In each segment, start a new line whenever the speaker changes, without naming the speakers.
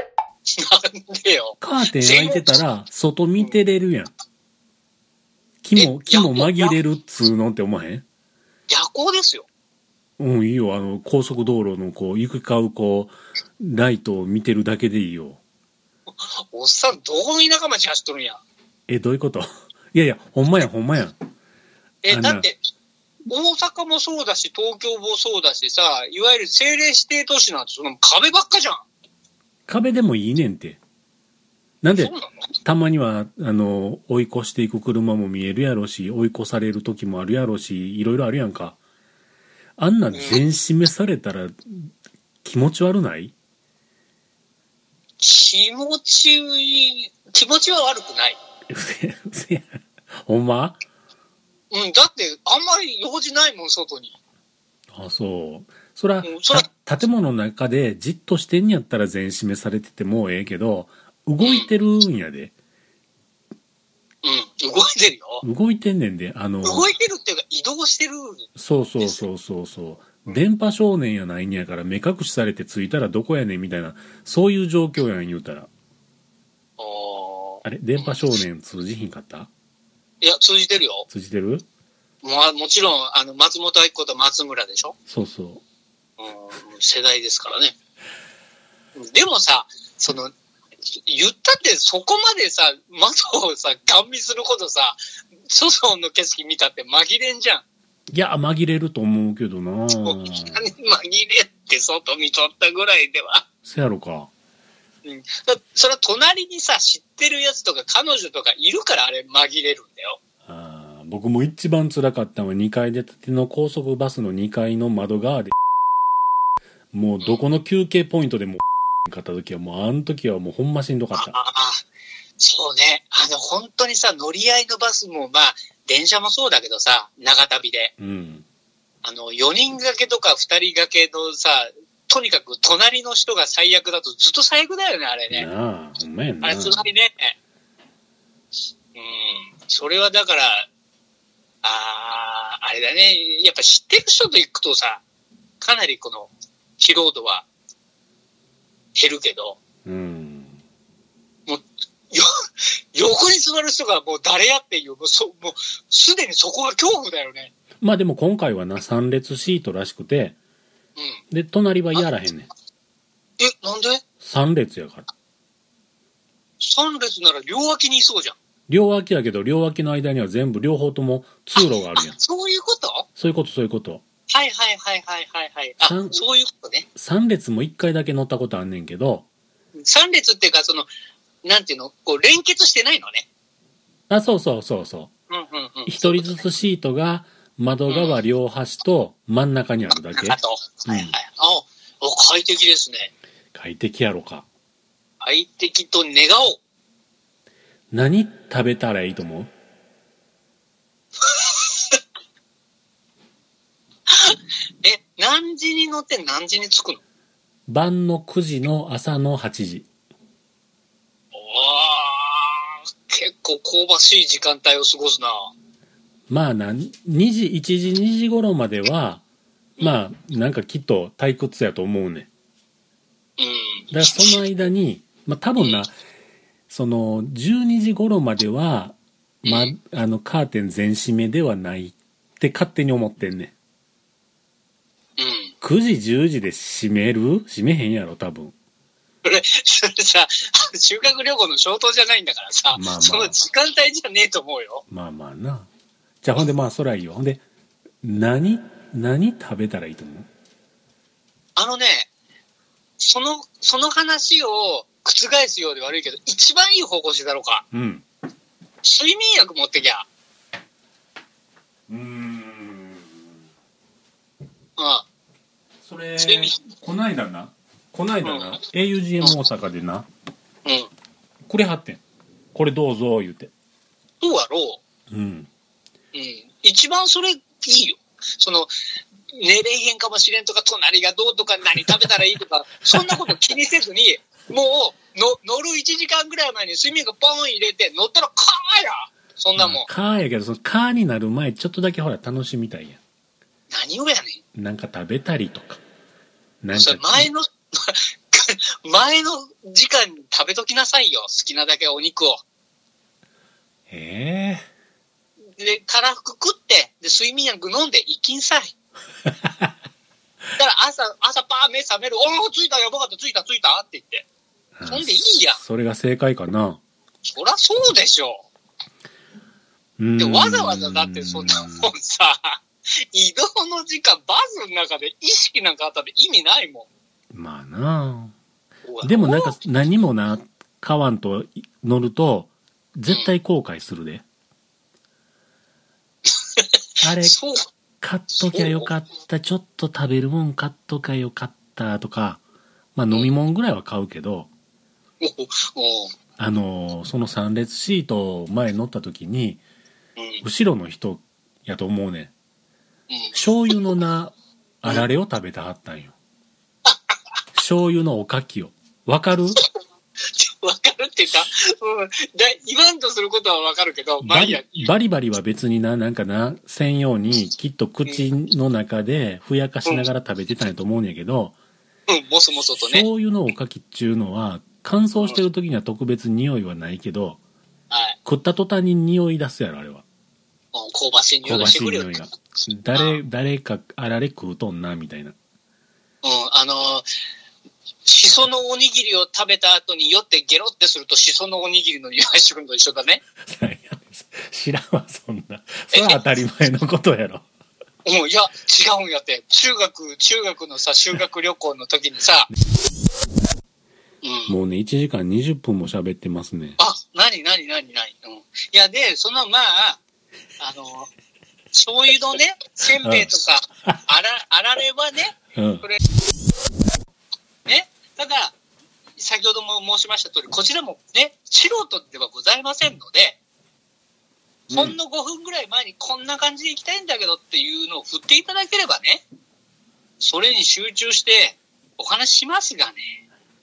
なんでよ。
カーテン開いてたら、外見てれるやん。木も、
え
木も紛れるっつうのって思わへん
夜行ですよ。
うん、いいよ。あの、高速道路のこう、行く買うこう、ライトを見てるだけでいいよ。
おっさん、どこの田舎町走っとるんや。
え、どういうこと いやいや、ほんまや、ほんまや。あ
え、
の
だって、大阪もそうだし、東京もそうだしさ、いわゆる政令指定都市なんて、その壁ばっかじゃん。
壁でもいいねんって。なん
そう
で
な、の
たまには、あの、追い越していく車も見えるやろし、追い越される時もあるやろし、いろいろあるやんか。あんな全締めされたら、気持ち悪ない
気持ちいい、気持ちは悪くない。
せせや ほんま
うん、だって、あんまり用事ないもん、外に。
あ、そう。そら
うんそら、
た建物の中でじっとしてんやったら全締めされててもええけど、動いてるんやで。
うん、動いてるよ。
動いてんねんで、あの、
動いてるっていうか、移動してる。
そうそうそうそうそう。電波少年やないんやから目隠しされて着いたらどこやねんみたいな、そういう状況やん言うたら。
あー
あれ電波少年通じひんかった
いや、通じてるよ。
通じてる
ももちろん、あの、松本明子と松村でしょ
そうそ
うん、世代ですからね。でもさ、その、言ったってそこまでさ、窓をさ、ガン見することさ、外の景色見たって紛れんじゃん。
う。いや、紛れると思うけどな
もう紛れって外見とったぐらいでは。
せやろか。
うん、だそれは隣にさ、知ってるやつとか彼女とかいるからあれ紛れるんだよ。
あー僕も一番辛かったのは2階で建ての高速バスの2階の窓側で、もうどこの休憩ポイントでも、買った時はもうあの時はもうほんましんどかっ
あ
た。
あ、そうね。あの、本当にさ、乗り合いのバスも、まあ、電車もそうだけどさ、長旅で。
うん。
あの、4人掛けとか2人掛けのさ、とにかく隣の人が最悪だとずっと最悪だよね、あれね。
なあ、ほんまやん
あ
な。
れつまりね。うん。それはだから、ああ、あれだね。やっぱ知ってる人と行くとさ、かなりこの疲労度は減るけど、
うん。
よ、横に座る人がもう誰やっていう、もうそ、もうすでにそこが恐怖だよね。
まあでも今回はな、3列シートらしくて、
うん。
で、隣はやらへんねん。
え、なんで
3列やから。
三列なら両脇にいそうじゃん。
両脇やけど、両脇の間には全部両方とも通路があるや
あ。
ん
そういうことは
そういうこと、そういうこと。
いはいはいはいはいはい。あ
三、
そういうことね。
3列も1回だけ乗ったことあんねんけど、
三列っていうか、その、なんていうの、こう連結してないのね。
あ、そうそうそうそう。
うんうんうん。
一人ずつシートが窓側両端と真ん中にあるだけ
あと、
うん
はいはい。あ、お快適ですね。
快適やろか
快適と願おう。
何食べたらいいと思う
え、何時に乗って何時に着くの
晩の9時の朝の8時
おー、結構香ばしい時間帯を過ごすな。
まあな2時1時2時頃まではまあなんかきっと退屈やと思うね
うん。
だからその間にまあ多分なその12時頃まではま
うん
あのカーテン全閉めではないって勝手に思ってんね
うん。
9時10時で閉める閉めへんやろ多分
それ、それさ、 修学旅行の消灯じゃないんだからさ、
まあまあ
その時間帯じゃねえと思うよ。
まあまあなじゃあほんでまあそらいいよほんで何何食べたらいいと思う
あのね、その、その話を覆すようで悪いけど、一番いい方向性だろうか。
うん
睡眠薬持ってきゃ。
うん
うん。
それ
睡眠
こないだなこないだ
うん
な augm 大阪でな
うん。
くれはってんこれどうぞ言うて
どうやろ
うん
う。うん。一番それいいよ。その、寝れへんかもしれんとか、隣がどうとか、何食べたらいいとか、そんなこと気にせずに、もう、の、乗る1時間ぐらい前に睡眠薬ポン入れて、乗ったら、かーやそんなもん。
カーやけどそのカーになる前ちょっとだけほら楽しみたいや
何をやねん。
んなんか食べたりとかなん
そ
か
れ前の、 前の時間に食べときなさいよ。好きなだけお肉を。
ええ
で、たらふく食って、で、睡眠薬飲んで、生きん さい。だから朝、朝パー目覚める。おー、着いた、やばかった、着いた、着いたって言って。そんでいいや
それが正解かな。
そらそうでしょ
うん
で、わざわざだってそんなもんさ、 移動の時間、バスの中で意識なんかあったって意味ないも
まあな。
ん。
でもなんか
そ
何もな、買わんと乗ると、絶対後悔する で。あれ
う、そう、
買っときゃよかった、ちょっと食べるもん買っときゃよかったとか、まあ飲み物ぐらいは買うけど、
おお
あのー、その3列シート前乗った時に、
うん、うん、
後ろの人やと思うねん。醤油のな、あられを食べてはった んよ。醤油のおかきを。わかる
わかるって言った、うん、だ言わんとすることはわかるけど、まあ
バ
いいや、
リバリバリは別にな、なんかな、せんように、きっと口の中でふやかしながら食べてたんやと思うんやけど、
うん、もそもそとね。
醤油のおかきっちゅうのは、乾燥してる時には特別匂いはないけど、
はい。
食った途端に匂い出すやろ、あれは。
うん香ばしい匂
香
いが
ば
して
しい
くるよ。
匂いが。誰、誰かあられ食うとんな、みたいな。
うん、あのーしそのおにぎりを食べた後に酔ってゲロってするとしそのおにぎりの匂いしてくるのと一緒だね。
なんや知らんわ、そんな。それは当たり前のことやろ。
うん、いや、違うんやって。中学、中学のさ、修学旅行の時にさ、 うん。
もうね、1時間20分も喋ってますね。
あ、なになになになにうん。いや、で、そのまあ、あのー、醤油の ね、せんべいとか、あら、あられはね、
うん
こ。れ、ね、ただ、先ほども申しました通り、こちらもね、素人ではございませんので、
うん
ほんの5分ぐらい前にこんな感じで行きたいんだけどっていうのを振っていただければね、それに集中してお話ししますがね、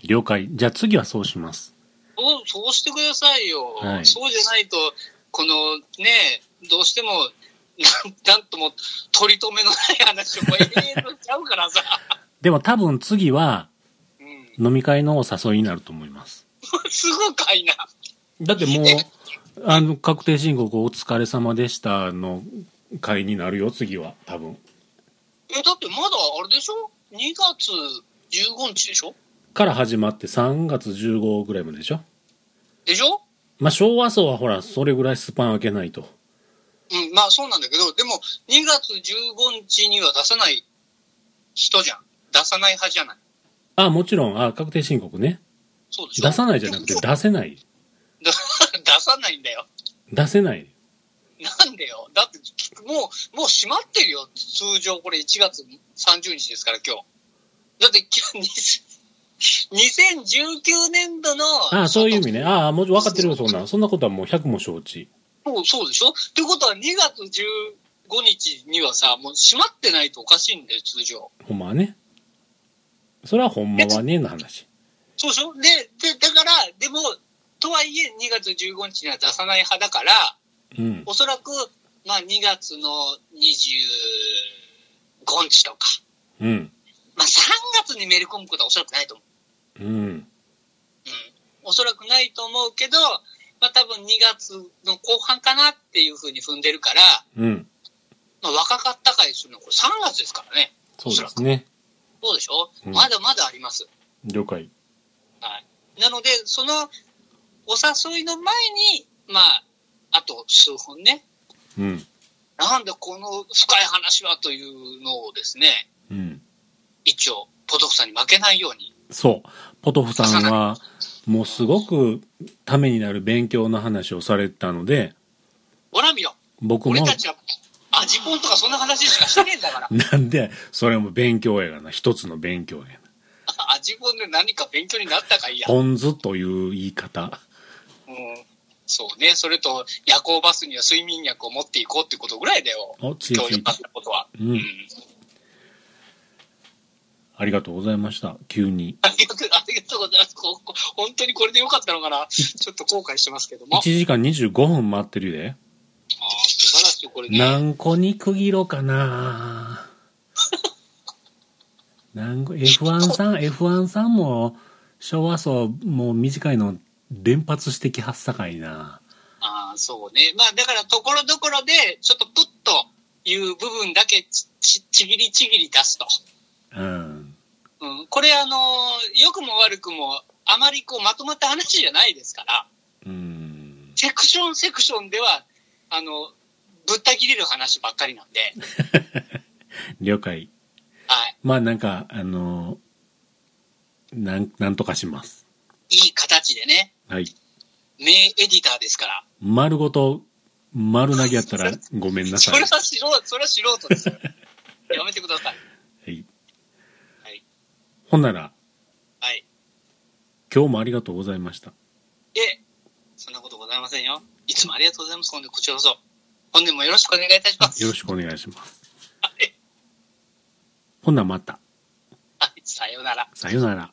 了解。じゃあ次はそうします。
そうそうしてくださいよ。
はい
そうじゃないと、このね、どうしても、 なんなんとも取り留めのない話をもう永遠としちゃうから さ。
でも多分次は
うん、
飲み会のお誘いになると思います。
すごかいな。
だってもう、 あの、確定申告お疲れ様でしたの会になるよ、次は。多分。
え、だってまだあれでしょ ?2 月15日でしょ
から始まって3月15ぐらいまででしょ
でしょ
まあ、昭和層はほら、それぐらいスパン開けないと。
うん、まあそうなんだけど、でも2月15日には出さない人じゃん。出さない派じゃない。
あ、もちろん、あ、確定申告ね。
そうでしょ
出さないじゃなく て、
出
出せない。
さないんだよ。
出せない。
なんでよ。だって、もう、もう閉まってるよ。通常これ1月30日ですから今日。だって 今日、2019年度の。
ああ、そういう意味ね。ああ、もう分かってるよ、そんなん。そんなことはもう100も承知。
そう、そうでしょってことは2月15日にはさ、もう閉まってないとおかしいんだよ、通常。
ほんまはね。それはほんまはね、の話。
そうでしょで、で、だから、でも、とはいえ2月15日には出さない派だから、
うん。
おそらく、まあ2月の25日とか、
うん。
まあ3月にめり込むことはおそらくないと思う。
うん。
うん。おそらくないと思うけど、まあ多分2月の後半かなっていうふうに踏んでるから、
うん。
まあ若かったかいするのはこれ3月ですからね。
そうですね。
そうでしょ、
うん
まだまだあります。
了解。
なので、そのお誘いの前に、まあ、あと数本ね、
うん。
なんだこの深い話はというのをですね、
うん。
一応、ポトフさんに負けないように。
そう。ポトフさん は、もうすごくためになる勉強の話をされたので、
ほら見ろ、
僕
俺
も、。
たちは、アジポンとかそんな話しかしてねえんだから
なんで、それも勉強やがな。一つの勉強やな。
アジポンで何か勉強になったかいや。
ポン酢という言い方。
うんそうね、それと夜行バスには睡眠薬を持っていこうってことぐらいだよ、
お、つい
今
つ
日良
い
か。ったことは。
う
うん
ん。ありがとうございました。急に。
ありがとう、ありがとうございます。ここ本当にこれで良かったのかなちょっと後悔してますけども。
1
あー
時間25分待ってるで。
素晴らしい、これね。
何個に区切ろうかな何個 ?F1 さん、F1 さんも昭和層もう短いの連発してきはっさかいな。
ああ、そうね。まあ、だから、ところどころで、ちょっとプッという部分だけち、ち、ちぎりちぎり出すと。
うん。
うん。これ、あのー良くも悪くも、あまりこう、まとまった話じゃないですから、
うん。
セクションセクションでは、あの、ぶった切れる話ばっかり なんで、
了解。
はい。
まあなんか、あの、なん、なんとかします。
いい形でね、
はい。
名エディターですから。
丸ごと、丸投げやったらごめんな
そ
さい。
れ
は
は素人、それは素人ですよ。やめてください。
い。
はい。
ほんなら、
はい。
今日もありがとうございました。
で、そんなことございませんよ。いつもありがとうございます。ほんで、こちらこそ。本年もよろしくお願いいたします。
よろしくお願いします。
はい。
ほんならまた。
はいさようなら。
さよなら。